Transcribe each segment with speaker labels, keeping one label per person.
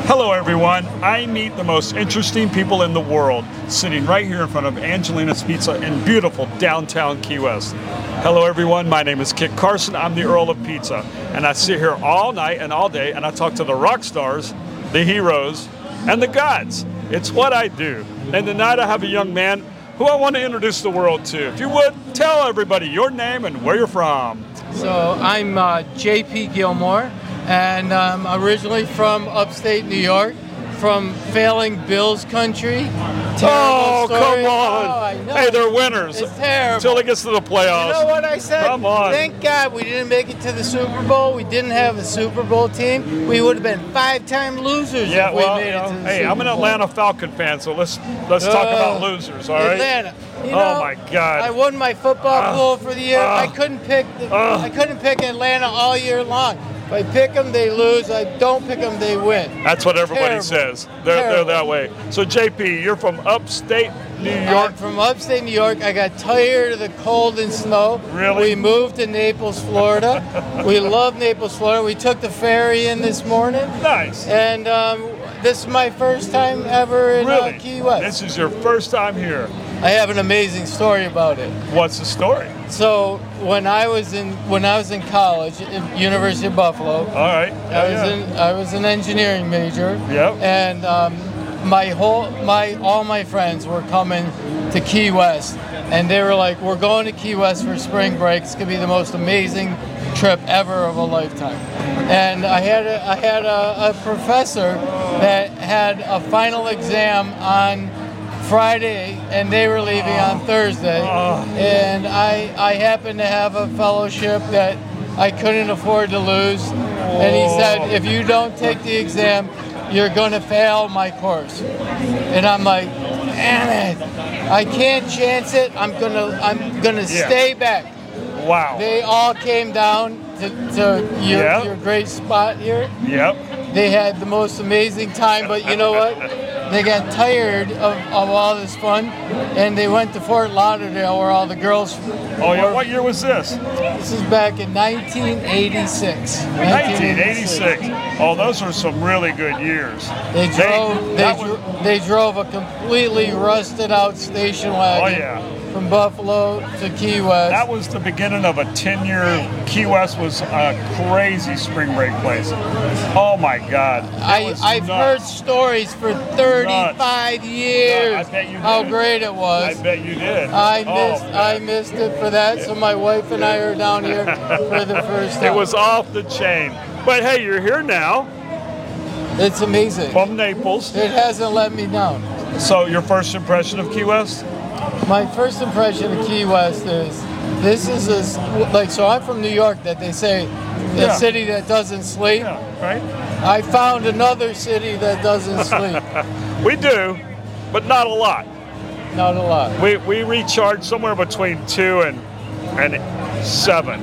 Speaker 1: Hello, everyone. I meet the most interesting people in the world sitting right here in front of Angelina's Pizza in beautiful downtown Key West. Hello, everyone. My name is Kit Carson. I'm the Earl of Pizza. And I sit here all night and all day and I talk to the rock stars, the heroes, and the gods. It's what I do. And tonight I have a young man who I want to introduce the world to. If you would, tell everybody your name and where you're from.
Speaker 2: So I'm uh, J.P. Gilmore, and I'm originally from upstate New York, from failing Bills country.
Speaker 1: Oh,
Speaker 2: Terrible story.
Speaker 1: come on.
Speaker 2: Oh, I know.
Speaker 1: Hey, they're winners.
Speaker 2: It's terrible.
Speaker 1: Until it gets to the
Speaker 2: You
Speaker 1: playoffs.
Speaker 2: know what I said?
Speaker 1: Come on.
Speaker 2: Thank God we didn't make it to the Super Bowl. We didn't have a Super Bowl team. We would have been five-time losers
Speaker 1: yeah,
Speaker 2: if
Speaker 1: well,
Speaker 2: we made it
Speaker 1: you know,
Speaker 2: to the
Speaker 1: hey,
Speaker 2: Super
Speaker 1: I'm an
Speaker 2: Bowl.
Speaker 1: Atlanta Falcon fan, so let's let's talk about
Speaker 2: Ugh.
Speaker 1: losers, all right?
Speaker 2: Atlanta. You
Speaker 1: Oh
Speaker 2: know,
Speaker 1: my God. Ah.
Speaker 2: I won my football pool for the year. I
Speaker 1: Ugh.
Speaker 2: couldn't pick. The,
Speaker 1: Ugh.
Speaker 2: I couldn't pick Atlanta all year long. If I pick them, they lose. I don't pick them, they win.
Speaker 1: That's what everybody
Speaker 2: Terrible.
Speaker 1: says. They're
Speaker 2: Terrible.
Speaker 1: they're that way. So JP, you're from upstate New York.
Speaker 2: I'm from upstate New York. I got tired of the cold and snow.
Speaker 1: Really?
Speaker 2: We moved to Naples, Florida. we love Naples, Florida. We took the ferry in this morning,
Speaker 1: nice.
Speaker 2: and um, this is my first time ever in uh,
Speaker 1: Really?
Speaker 2: Key West.
Speaker 1: This is your first time here.
Speaker 2: I have an amazing story about it.
Speaker 1: What's the story?
Speaker 2: So when I was in when I was in college, at University of
Speaker 1: All
Speaker 2: Buffalo,
Speaker 1: right.
Speaker 2: I was
Speaker 1: Yeah, yeah.
Speaker 2: an I was an engineering major.
Speaker 1: Yep.
Speaker 2: And um, my whole my all my friends were coming to Key West, and they were like, "We're going to Key West for spring break. It's gonna be the most amazing trip ever of a lifetime." And I had a, I had a, a professor that had a final exam on. Friday, and they were leaving
Speaker 1: Oh.
Speaker 2: on Thursday, and I I happened to have a fellowship that I couldn't afford to lose, and he said, if you don't take the exam, you're gonna fail my course, and I'm like, damn it, I can't chance it. I'm gonna I'm gonna
Speaker 1: Yeah.
Speaker 2: stay back.
Speaker 1: wow.
Speaker 2: They all came down to, to your,
Speaker 1: Yeah.
Speaker 2: your great spot here.
Speaker 1: yep.
Speaker 2: They had the most amazing time, but you know what? They got tired of, of all this fun, and they went to Fort Lauderdale where all the girls.
Speaker 1: Oh yeah. What year was this?
Speaker 2: This is back in 1986.
Speaker 1: 1986. Oh, those are some really good years.
Speaker 2: They drove. They,
Speaker 1: that was-
Speaker 2: dro- they drove a completely rusted out station wagon
Speaker 1: Oh, yeah.
Speaker 2: from Buffalo to Key West.
Speaker 1: That was the beginning of a 10 year. Key West was a crazy spring break place. Oh my God. It
Speaker 2: I,
Speaker 1: was
Speaker 2: I've heard
Speaker 1: nuts.
Speaker 2: stories for 35 years
Speaker 1: Nuts. I bet you
Speaker 2: how
Speaker 1: did.
Speaker 2: great it was.
Speaker 1: I bet you did.
Speaker 2: I
Speaker 1: Oh,
Speaker 2: missed I missed it for that, so my wife and I are down here for the first
Speaker 1: It
Speaker 2: time.
Speaker 1: was off the chain. But hey, you're here now
Speaker 2: it's amazing.
Speaker 1: from Naples.
Speaker 2: It hasn't let me down.
Speaker 1: So, your first impression of Key West?
Speaker 2: My first impression of Key West is this is a s like so I'm from New York that they say the
Speaker 1: Yeah.
Speaker 2: city that doesn't sleep.
Speaker 1: Yeah, right?
Speaker 2: I found another city that doesn't sleep.
Speaker 1: We do, but not a lot.
Speaker 2: Not a lot.
Speaker 1: We, we recharge somewhere between two and and seven.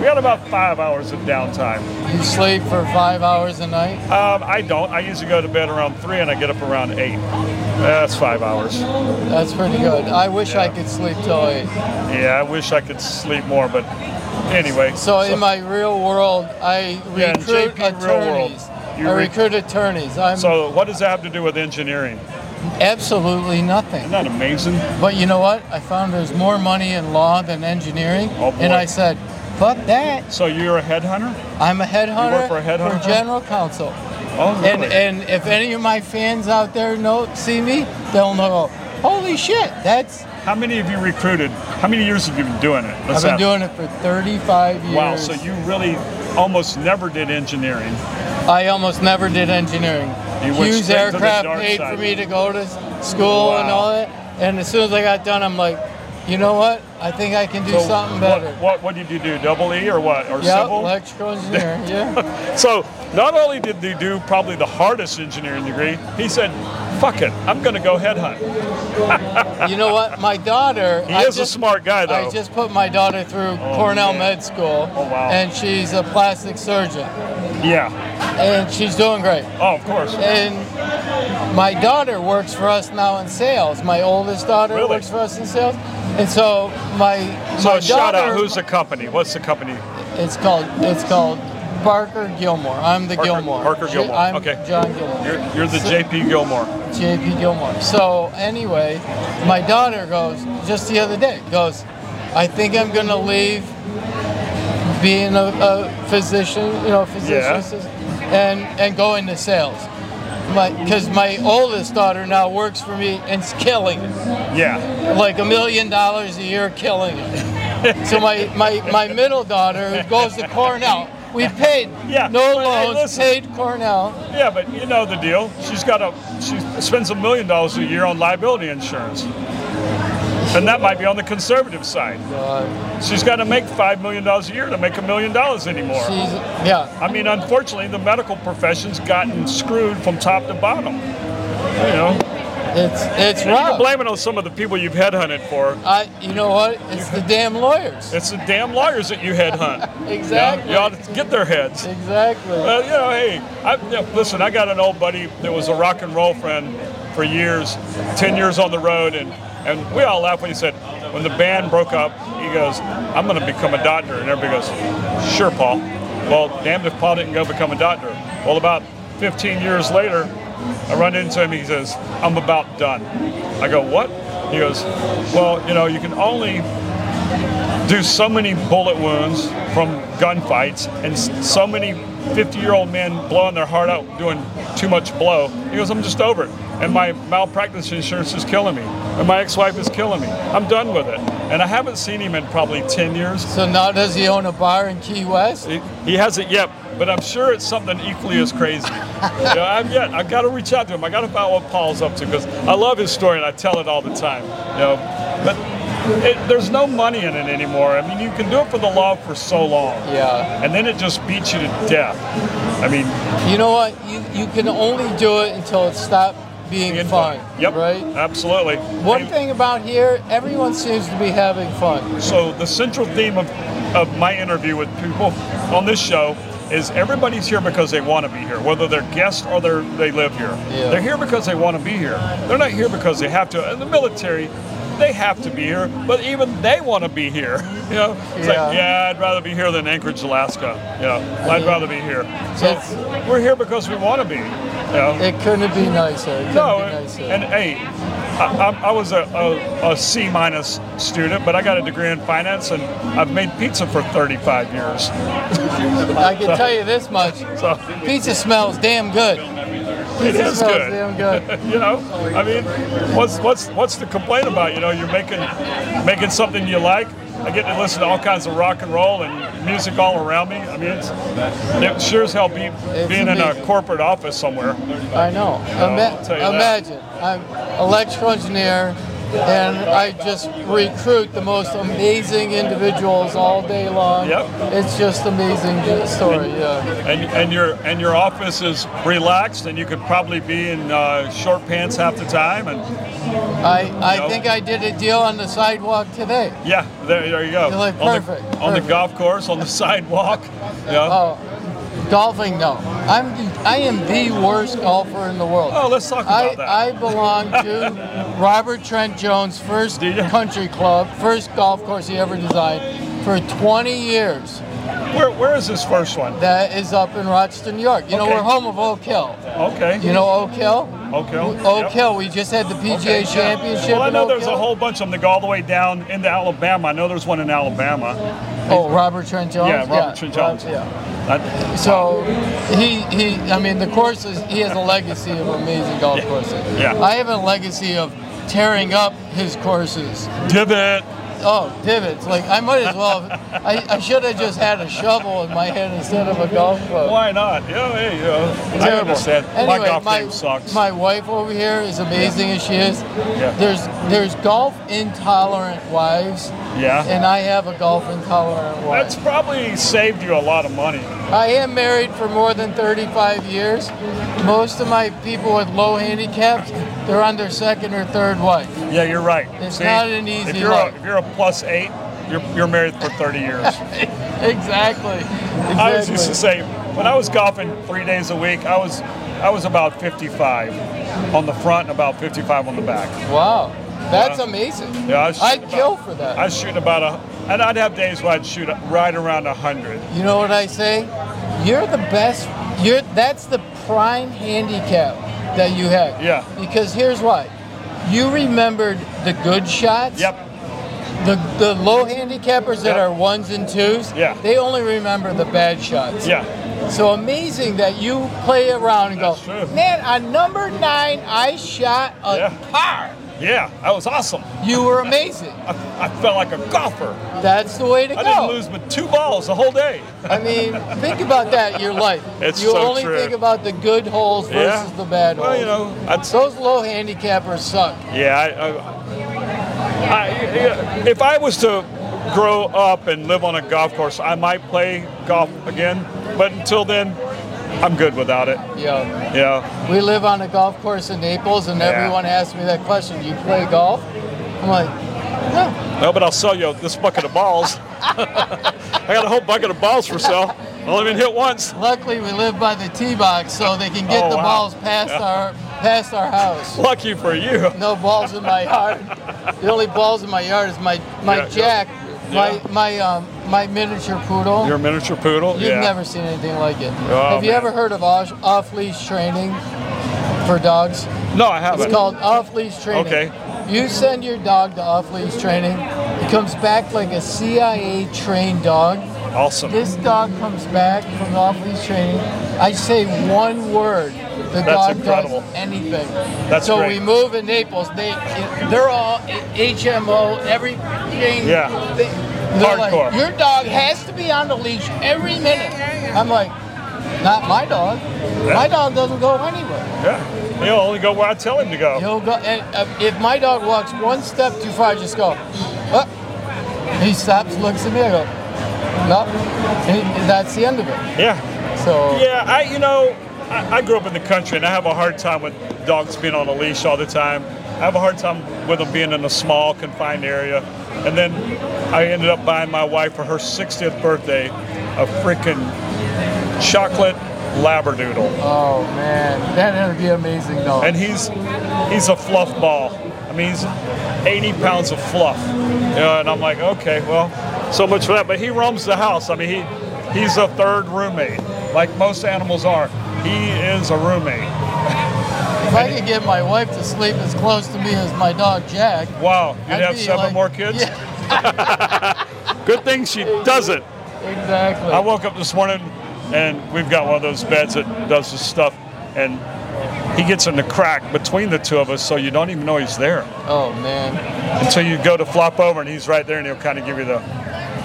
Speaker 1: We had about five hours of downtime.
Speaker 2: You sleep for five hours a night.
Speaker 1: Um, I don't. I usually go to bed around three and I get up around eight. That's five hours.
Speaker 2: That's pretty good. I wish I could sleep till eight.
Speaker 1: Yeah, I wish I could sleep more, but anyway.
Speaker 2: So in my real world, I
Speaker 1: Yeah, in
Speaker 2: recruit
Speaker 1: JP real world,
Speaker 2: attorneys.
Speaker 1: you
Speaker 2: I
Speaker 1: re-
Speaker 2: recruit attorneys. I'm
Speaker 1: So what does that have to do with engineering?
Speaker 2: absolutely nothing.
Speaker 1: Isn't that amazing?
Speaker 2: But you know what? I found there's more money in law than engineering,
Speaker 1: Oh, boy.
Speaker 2: and I said, "Fuck that!
Speaker 1: So you're a headhunter?
Speaker 2: I'm a headhunter
Speaker 1: for a headhunter?
Speaker 2: for general counsel."
Speaker 1: Oh,
Speaker 2: And and if any of my fans out there know see me, they'll know. Holy shit! That's
Speaker 1: How many of you recruited? How many years have you been doing it?
Speaker 2: I've
Speaker 1: Let's
Speaker 2: been
Speaker 1: ask.
Speaker 2: doing it for 35 years.
Speaker 1: Wow, so you really almost never did engineering.
Speaker 2: I almost never did engineering.
Speaker 1: You went
Speaker 2: Hughes
Speaker 1: straight to the
Speaker 2: Aircraft
Speaker 1: dark
Speaker 2: paid
Speaker 1: side.
Speaker 2: for me to go to school and
Speaker 1: Wow.
Speaker 2: all that. And as soon as I got done, I'm like, you know what? I think I can do
Speaker 1: So what-
Speaker 2: something better.
Speaker 1: What, what did you do? Double E or what? Or
Speaker 2: yeah,
Speaker 1: civil?
Speaker 2: electrical engineering. Yeah.
Speaker 1: So not only did he do probably the hardest engineering degree, he said, "Fuck it, I'm going to go headhunt."
Speaker 2: you know what? My daughter.
Speaker 1: He
Speaker 2: I
Speaker 1: is a
Speaker 2: just-
Speaker 1: smart guy, though. Oh,
Speaker 2: I just put my daughter through Cornell
Speaker 1: man.
Speaker 2: Med School,
Speaker 1: Oh, wow.
Speaker 2: and she's a plastic surgeon,
Speaker 1: yeah.
Speaker 2: and she's doing great.
Speaker 1: Oh, of course.
Speaker 2: And my daughter works for us now in sales. My oldest daughter
Speaker 1: Really?
Speaker 2: works for us in sales, and so my
Speaker 1: So
Speaker 2: my
Speaker 1: shout out.
Speaker 2: daughter-
Speaker 1: Who's the company? What's the company?
Speaker 2: It's called it's called Barker Gilmore. I'm the
Speaker 1: Parker-
Speaker 2: Gilmore.
Speaker 1: Parker
Speaker 2: J-
Speaker 1: Gilmore.
Speaker 2: I'm
Speaker 1: Okay.
Speaker 2: John Gilmore.
Speaker 1: You're, you're the JP Gilmore.
Speaker 2: JP Gilmore. So anyway, my daughter goes just the other day goes, I think I'm gonna leave being a, a physician, you know, physician
Speaker 1: Yeah.
Speaker 2: assistant, and and go into sales. My because my oldest daughter now works for me and's killing it,
Speaker 1: Yeah.
Speaker 2: like a million dollars a year, killing it. so my, my my middle daughter goes to Cornell. We paid
Speaker 1: Yeah,
Speaker 2: no
Speaker 1: but hey,
Speaker 2: loans,
Speaker 1: listen.
Speaker 2: paid Cornell.
Speaker 1: Yeah, but you know the deal. She's got a she spends a million dollars a year on liability insurance. And that might be on the conservative side. She's got to make five million dollars a year to make a million dollars anymore.
Speaker 2: She's yeah.
Speaker 1: I mean, unfortunately, the medical profession's gotten screwed from top to bottom. You know,
Speaker 2: It's it's
Speaker 1: And you can
Speaker 2: rough.
Speaker 1: blame it on some of the people you've headhunted for.
Speaker 2: I, you know what? It's the damn lawyers.
Speaker 1: It's the damn lawyers that you headhunt.
Speaker 2: Exactly.
Speaker 1: You, know? you ought to get their heads.
Speaker 2: Exactly.
Speaker 1: Well, you know, hey, I, you know, listen, I got an old buddy that was a rock and roll friend for years, 10 years on the road, and, and we all laughed when he said, when the band broke up, he goes, I'm going to become a doctor. And everybody goes, sure, Paul. Well, damned if Paul didn't go become a doctor. Well, about 15 years later, I run into him, he says, I'm about done. I go, what? He goes, well, you know, you can only do so many bullet wounds from gunfights and s- so many 50 year old men blowing their heart out doing too much blow. He goes, I'm just over it. And my malpractice insurance is killing me. And my ex wife is killing me. I'm done with it. And I haven't seen him in probably 10 years.
Speaker 2: So now does he own a bar in Key West?
Speaker 1: He, he hasn't yet, but I'm sure it's something equally as crazy. you know, I've yet, I've got to reach out to him. I got to find what Paul's up to because I love his story and I tell it all the time. You know, but it, there's no money in it anymore. I mean, you can do it for the love for so long
Speaker 2: Yeah.
Speaker 1: and then it just beats you to death. I mean,
Speaker 2: You know what? You you can only do it until it stopped being
Speaker 1: being
Speaker 2: fun.
Speaker 1: Yep.
Speaker 2: Right.
Speaker 1: Absolutely.
Speaker 2: One
Speaker 1: Hey,
Speaker 2: thing about here, everyone seems to be having fun.
Speaker 1: So the central theme of, of my interview with people on this show is everybody's here because they want to be here, whether they're guests or they're, they live here.
Speaker 2: Yeah.
Speaker 1: They're here because they want to be here. They're not here because they have to. In the military, they have to be here, but even they want to be here. You know, it's
Speaker 2: Yeah.
Speaker 1: like, yeah, I'd rather be here than Anchorage, Alaska. You know, I'd rather be here. So
Speaker 2: It's-
Speaker 1: we're here because we want to be. You know?
Speaker 2: It couldn't be nicer. It couldn't
Speaker 1: No,
Speaker 2: be
Speaker 1: and,
Speaker 2: nicer.
Speaker 1: and hey, I, I, I was a, a, a C minus student, but I got a degree in finance, and I've made pizza for 35 years.
Speaker 2: I can tell you this much:
Speaker 1: So
Speaker 2: pizza smells damn good.
Speaker 1: it
Speaker 2: Pizza
Speaker 1: is
Speaker 2: smells
Speaker 1: good.
Speaker 2: damn good.
Speaker 1: you know, I mean, what's what's what's the complaint about? You know, you're making making something you like. I get to listen to all kinds of rock and roll and music all around me. I mean, it's, it sure as hell be, being in a
Speaker 2: amazing.
Speaker 1: corporate office somewhere.
Speaker 2: I know. Ima-
Speaker 1: I'll tell you that.
Speaker 2: imagine I'm electrical engineer, and I just recruit the most amazing individuals all day long.
Speaker 1: Yep.
Speaker 2: It's just amazing j- story. Yeah.
Speaker 1: And, and your and your office is relaxed, and you could probably be in uh, short pants half the time. And
Speaker 2: I I
Speaker 1: Yep.
Speaker 2: think I did a deal on the sidewalk today.
Speaker 1: yeah, there, there you go.
Speaker 2: You look
Speaker 1: on
Speaker 2: perfect,
Speaker 1: the, on the
Speaker 2: perfect.
Speaker 1: golf course, on the sidewalk. Yeah.
Speaker 2: Oh, golfing? No, I'm the, I am the worst golfer in the world.
Speaker 1: Oh, let's talk about
Speaker 2: I,
Speaker 1: that.
Speaker 2: I belong to Robert Trent Jones' first
Speaker 1: Do ya?
Speaker 2: country club, first golf course he ever designed for 20 years.
Speaker 1: where where is this first one?
Speaker 2: That is up in Rochester, New York. You know,
Speaker 1: Okay.
Speaker 2: we're home of Oak Hill.
Speaker 1: Okay.
Speaker 2: You know Oak Hill?
Speaker 1: Oak Hill.
Speaker 2: Oak
Speaker 1: Yep.
Speaker 2: Hill, we just had the PGA
Speaker 1: Okay.
Speaker 2: Championship.
Speaker 1: Well, I
Speaker 2: in
Speaker 1: know
Speaker 2: Oak
Speaker 1: there's
Speaker 2: Hill.
Speaker 1: a whole bunch of them that go all the way down into Alabama. I know there's one in Alabama.
Speaker 2: Oh, Robert Trent Jones?
Speaker 1: Yeah, Robert Trent
Speaker 2: Rob-
Speaker 1: Jones.
Speaker 2: yeah.
Speaker 1: I-
Speaker 2: So he, he, I mean, the course is, he has a legacy of amazing golf courses.
Speaker 1: Yeah.
Speaker 2: I have a legacy of tearing up his courses.
Speaker 1: divot.
Speaker 2: Oh, divots. Like, I might as well, have, I, I should have just had a shovel in my hand instead of a golf club.
Speaker 1: Why not? Yeah, hey, you know, I
Speaker 2: Terrible.
Speaker 1: understand.
Speaker 2: Anyway,
Speaker 1: my golf
Speaker 2: my,
Speaker 1: game sucks.
Speaker 2: my wife over here, as amazing as she is,
Speaker 1: Yeah.
Speaker 2: there's there's golf intolerant wives,
Speaker 1: yeah.
Speaker 2: and I have a golf intolerant wife.
Speaker 1: That's probably saved you a lot of money.
Speaker 2: I am married for more than 35 years. Most of my people with low handicaps, they're on their second or third wife.
Speaker 1: Yeah, you're right.
Speaker 2: It's not an easy
Speaker 1: If you're, a,
Speaker 2: life.
Speaker 1: if you're a plus eight, you're, you're married for 30 years.
Speaker 2: Exactly. Exactly.
Speaker 1: I was used to say, when I was golfing three days a week, I was I was about 55 on the front and about 55 on the back.
Speaker 2: wow, that's amazing.
Speaker 1: Yeah, I was
Speaker 2: I'd
Speaker 1: shooting
Speaker 2: kill
Speaker 1: about-
Speaker 2: for that.
Speaker 1: I was shooting about a, and I'd have days where I'd shoot right around 100.
Speaker 2: You know what I say? you're the best. You're that's the prime handicap that you have.
Speaker 1: Yeah.
Speaker 2: Because here's why, you remembered the good shots.
Speaker 1: Yep.
Speaker 2: The, the low handicappers
Speaker 1: Yep.
Speaker 2: that are ones and twos,
Speaker 1: Yeah.
Speaker 2: they only remember the bad shots.
Speaker 1: Yeah.
Speaker 2: So amazing that you play around and go,
Speaker 1: That's true.
Speaker 2: man, on number nine, I shot a
Speaker 1: Yeah.
Speaker 2: par.
Speaker 1: Yeah. That was awesome.
Speaker 2: You were amazing.
Speaker 1: I, I felt like a golfer.
Speaker 2: That's the way to
Speaker 1: I
Speaker 2: go.
Speaker 1: didn't lose but two balls the whole day.
Speaker 2: I mean, think about that in your life.
Speaker 1: It's
Speaker 2: you
Speaker 1: so
Speaker 2: only
Speaker 1: true.
Speaker 2: think about the good holes versus the bad
Speaker 1: Well,
Speaker 2: holes.
Speaker 1: you know, I'd,
Speaker 2: Those low handicappers suck.
Speaker 1: Yeah, I, I, I, yeah, if I was to grow up and live on a golf course, I might play golf again. But until then, I'm good without it.
Speaker 2: Yeah.
Speaker 1: Yeah,
Speaker 2: We live on a golf course in Naples, and
Speaker 1: Yeah.
Speaker 2: everyone asks me that question. Do you play golf? I'm like, no.
Speaker 1: no, but I'll sell you this bucket of balls. I got a whole bucket of balls for sale. I only been hit once.
Speaker 2: Luckily, we live by the tee box, so they can get
Speaker 1: Oh,
Speaker 2: the
Speaker 1: wow.
Speaker 2: balls past our past our house.
Speaker 1: Lucky for you.
Speaker 2: No balls in my yard. The only balls in my yard is my my
Speaker 1: Yeah, yeah.
Speaker 2: Jack,
Speaker 1: Yeah.
Speaker 2: my my um, my miniature poodle.
Speaker 1: You're a miniature poodle.
Speaker 2: You've
Speaker 1: yeah.
Speaker 2: never seen anything like it.
Speaker 1: Oh,
Speaker 2: Have you
Speaker 1: man.
Speaker 2: ever heard of off leash training for dogs?
Speaker 1: No, I haven't.
Speaker 2: It's called off leash training.
Speaker 1: Okay.
Speaker 2: You send your dog to off leash training, he comes back like a CIA trained dog.
Speaker 1: awesome.
Speaker 2: This dog comes back from off leash training. I say one word. The dog
Speaker 1: incredible.
Speaker 2: does anything.
Speaker 1: That's
Speaker 2: so
Speaker 1: great.
Speaker 2: we move in Naples. They, they're all HMO. Everything.
Speaker 1: Yeah.
Speaker 2: They, they're like,
Speaker 1: Hardcore.
Speaker 2: your dog has to be on the leash every minute. I'm like, not my dog. My dog doesn't go anywhere.
Speaker 1: Yeah. He'll only go where I tell him to go.
Speaker 2: He'll go. And uh, if my dog walks one step too far, I just go. What? He stops, looks at me. I go. No. And that's the end of it.
Speaker 1: Yeah.
Speaker 2: So
Speaker 1: Yeah, I you know, I, I grew up in the country and I have a hard time with dogs being on a leash all the time. I have a hard time with them being in a small confined area. And then I ended up buying my wife for her 60th birthday a freaking chocolate labradoodle.
Speaker 2: Oh man, that would be amazing though.
Speaker 1: And he's he's a fluff ball. I mean, he's 80 pounds of fluff. You know, and I'm like, okay, well, so much for that. But he roams the house. I mean, he he's a third roommate, like most animals are. He is a roommate.
Speaker 2: if I could get my wife to sleep as close to me as my dog Jack,
Speaker 1: Wow, you'd
Speaker 2: I'd
Speaker 1: have
Speaker 2: be
Speaker 1: seven
Speaker 2: like-
Speaker 1: more kids?
Speaker 2: Yeah,
Speaker 1: Good thing she doesn't.
Speaker 2: exactly.
Speaker 1: I woke up this morning and we've got one of those beds that does this stuff and he gets in the crack between the two of us so you don't even know he's there
Speaker 2: oh man,
Speaker 1: until you go to flop over and he's right there and he'll kind of give you the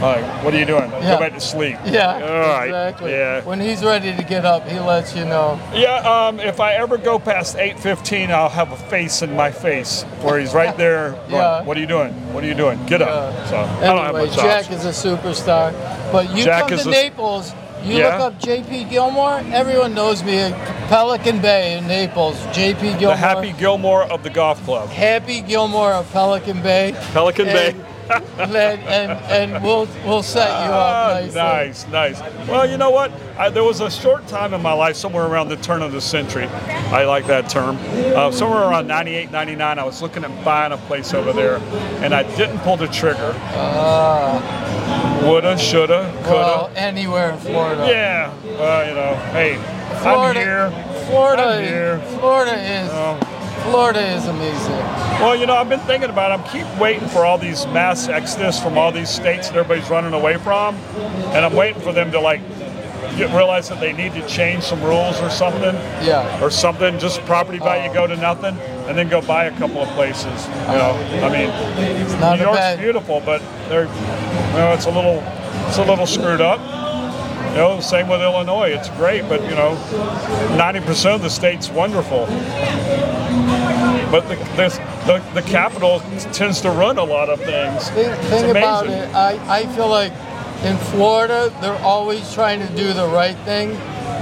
Speaker 1: like what are you doing
Speaker 2: Yeah.
Speaker 1: go back to sleep
Speaker 2: yeah,
Speaker 1: all right
Speaker 2: exactly.
Speaker 1: yeah
Speaker 2: When he's ready to get up, he lets you know.
Speaker 1: yeah um, if i ever go past 8.15 i'll have a face in my face where he's right there going,
Speaker 2: Yeah.
Speaker 1: what are you doing what are you doing get up
Speaker 2: Yeah.
Speaker 1: so i don't have
Speaker 2: Uh, Anyway,
Speaker 1: much
Speaker 2: Jack
Speaker 1: option.
Speaker 2: is a superstar. But you
Speaker 1: Jack
Speaker 2: come
Speaker 1: is
Speaker 2: to
Speaker 1: a-
Speaker 2: Naples, you
Speaker 1: Yeah.
Speaker 2: look up JP Gilmore, everyone knows me at Pelican Bay in Naples. JP Gilmore.
Speaker 1: the happy gilmore of the golf club
Speaker 2: Happy Gilmore of Pelican Bay.
Speaker 1: pelican bay
Speaker 2: And, and, and, and we'll we'll set you
Speaker 1: Ah,
Speaker 2: up nicely.
Speaker 1: nice, nice. Well, you know what? I, there was a short time in my life, somewhere around the turn of the century. I like that term. Uh, somewhere around 98, 99, I was looking at buying a place over there, and I didn't pull the trigger. Woulda, shoulda, coulda.
Speaker 2: Well, anywhere in Florida.
Speaker 1: yeah. Well, you know, hey,
Speaker 2: Florida,
Speaker 1: I'm here.
Speaker 2: Florida,
Speaker 1: I'm here.
Speaker 2: Florida is
Speaker 1: Oh.
Speaker 2: Florida is amazing.
Speaker 1: Well, you know, I've been thinking about it. I keep waiting for all these mass exodus from all these states that everybody's running away from, and I'm waiting for them to like get, realize that they need to change some rules or something.
Speaker 2: Yeah.
Speaker 1: or something, just property value go to nothing, and then go buy a couple of places. You know, I mean,
Speaker 2: It's not
Speaker 1: New
Speaker 2: a
Speaker 1: York's
Speaker 2: bad
Speaker 1: beautiful, but they're, you know, it's a little, it's a little screwed up. You know, same with Illinois. It's great, but you know, 90% of the state's wonderful. But the this, the, the capital tends to run a lot of things.
Speaker 2: thing,
Speaker 1: It's
Speaker 2: thing about
Speaker 1: amazing.
Speaker 2: it, I, I feel like in Florida, they're always trying to do the right thing.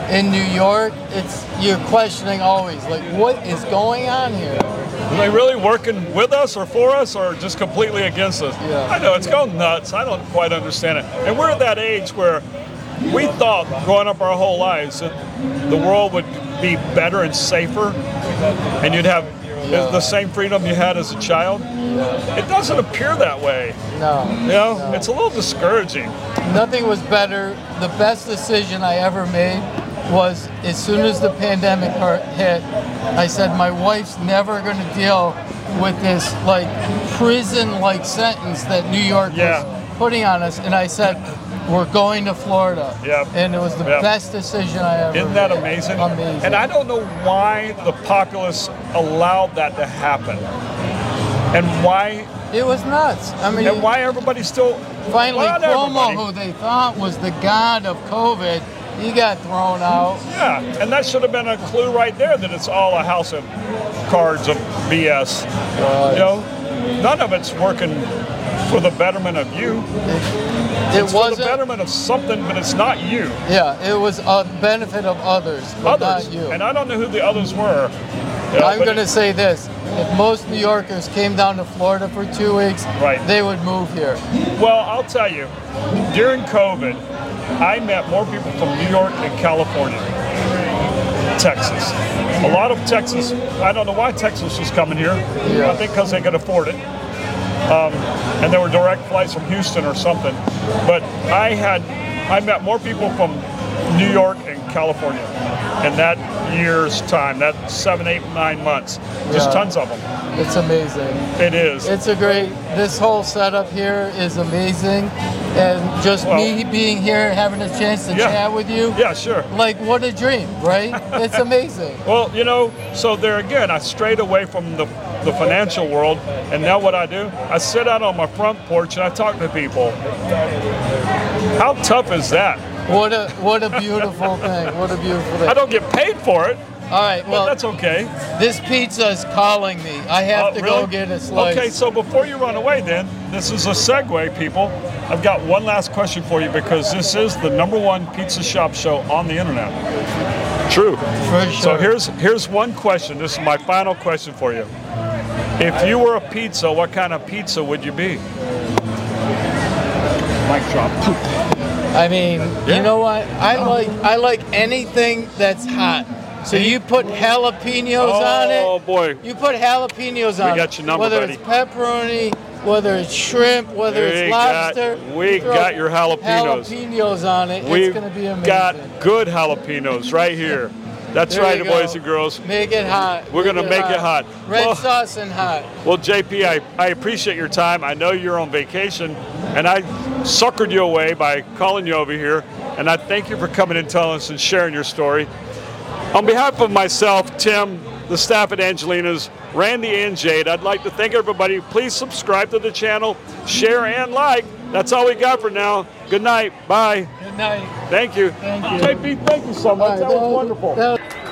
Speaker 2: In New York, it's you're questioning always, like what is going on here?
Speaker 1: Are they really working with us or for us or just completely against us?
Speaker 2: Yeah.
Speaker 1: I know, it's going nuts. I don't quite understand it. And we're at that age where we thought growing up our whole lives that the world would be better and safer and you'd have is the same freedom you had as a child. It doesn't appear that way.
Speaker 2: No.
Speaker 1: You know, it's a little discouraging.
Speaker 2: Nothing was better. The best decision I ever made was as soon as the pandemic hurt- hit, I said, my wife's never going to deal with this like prison like sentence that New York
Speaker 1: Yeah.
Speaker 2: was putting on us. And I said, we're going to Florida.
Speaker 1: Yep.
Speaker 2: And it was the
Speaker 1: Yep.
Speaker 2: best decision I ever
Speaker 1: Isn't that
Speaker 2: made.
Speaker 1: amazing?
Speaker 2: Amazing.
Speaker 1: And I don't know why the populace allowed that to happen, and why
Speaker 2: it was nuts. I mean,
Speaker 1: and why everybody's still
Speaker 2: Finally,
Speaker 1: Not
Speaker 2: Cuomo,
Speaker 1: everybody.
Speaker 2: who they thought was the god of COVID, he got thrown out.
Speaker 1: Yeah, and that should have been a clue right there that it's all a house of cards of BS. You know, none of it's working for the betterment of you.
Speaker 2: It
Speaker 1: It's for the
Speaker 2: wasn't.
Speaker 1: betterment of something, but it's not you.
Speaker 2: Yeah, it was a benefit of others, but
Speaker 1: Others,
Speaker 2: not you.
Speaker 1: and I don't know who the others were. you know,
Speaker 2: I'm
Speaker 1: but
Speaker 2: going to
Speaker 1: it-
Speaker 2: say this: if most New Yorkers came down to Florida for two weeks,
Speaker 1: Right.
Speaker 2: they would move here.
Speaker 1: Well, I'll tell you, during COVID, I met more people from New York and California, Texas. A lot of Texas, I don't know why Texas was coming here.
Speaker 2: Yeah.
Speaker 1: I think because they could afford it. Um, and there were direct flights from Houston or something. But I had, I met more people from New York and California in that year's time, that seven, eight, nine months. Just
Speaker 2: Yeah.
Speaker 1: tons of them.
Speaker 2: It's amazing.
Speaker 1: It is.
Speaker 2: It's a great. This whole setup here is amazing, and just
Speaker 1: Well-
Speaker 2: me being here, having a chance to
Speaker 1: Yeah.
Speaker 2: chat with you,
Speaker 1: yeah, sure.
Speaker 2: like what a dream, right? It's amazing.
Speaker 1: Well, you know, so there again, I strayed away from the, the financial world, and now what I do, I sit out on my front porch and I talk to people. How tough is that?
Speaker 2: What a what a beautiful thing. What a beautiful thing.
Speaker 1: I don't get paid for it,
Speaker 2: All right,
Speaker 1: but
Speaker 2: well,
Speaker 1: that's okay.
Speaker 2: this pizza is calling me. I have
Speaker 1: Uh,
Speaker 2: to
Speaker 1: really?
Speaker 2: go get a slice.
Speaker 1: Okay, so before you run away, then, this is a segue, people. I've got one last question for you because this is the number one pizza shop show on the internet. True.
Speaker 2: For
Speaker 1: So
Speaker 2: sure.
Speaker 1: here's here's one question. This is my final question for you. If you were a pizza, what kind of pizza would you be? Mic drop.
Speaker 2: I mean,
Speaker 1: Yeah. Oh.
Speaker 2: you know what? I like I like anything that's hot. So you put jalapenos on it.
Speaker 1: Oh boy.
Speaker 2: You put jalapenos on.
Speaker 1: got
Speaker 2: it.
Speaker 1: your number,
Speaker 2: Whether
Speaker 1: buddy.
Speaker 2: it's pepperoni, whether it's shrimp, whether
Speaker 1: We
Speaker 2: it's
Speaker 1: got-
Speaker 2: lobster.
Speaker 1: we
Speaker 2: you throw
Speaker 1: got your jalapenos.
Speaker 2: Jalapenos on it.
Speaker 1: We've
Speaker 2: it's gonna be amazing.
Speaker 1: got good jalapenos right here. That's
Speaker 2: There
Speaker 1: right,
Speaker 2: you go.
Speaker 1: boys and girls.
Speaker 2: Make it hot.
Speaker 1: We're gonna make it hot. Oh.
Speaker 2: Red
Speaker 1: Well-
Speaker 2: sauce and hot.
Speaker 1: Well, JP, I, I appreciate your time. I know you're on vacation, and I suckered you away by calling you over here. And I thank you for coming and telling us and sharing your story. On behalf of myself, Tim, the staff at Angelina's, Randy, and Jade, I'd like to thank everybody. Please subscribe to the channel, share, and like. That's all we got for now. Good night. Bye.
Speaker 2: Good night.
Speaker 1: Thank you.
Speaker 2: Thank you.
Speaker 1: JP, thank you so much.
Speaker 2: All right,
Speaker 1: that was wonderful.
Speaker 2: that was-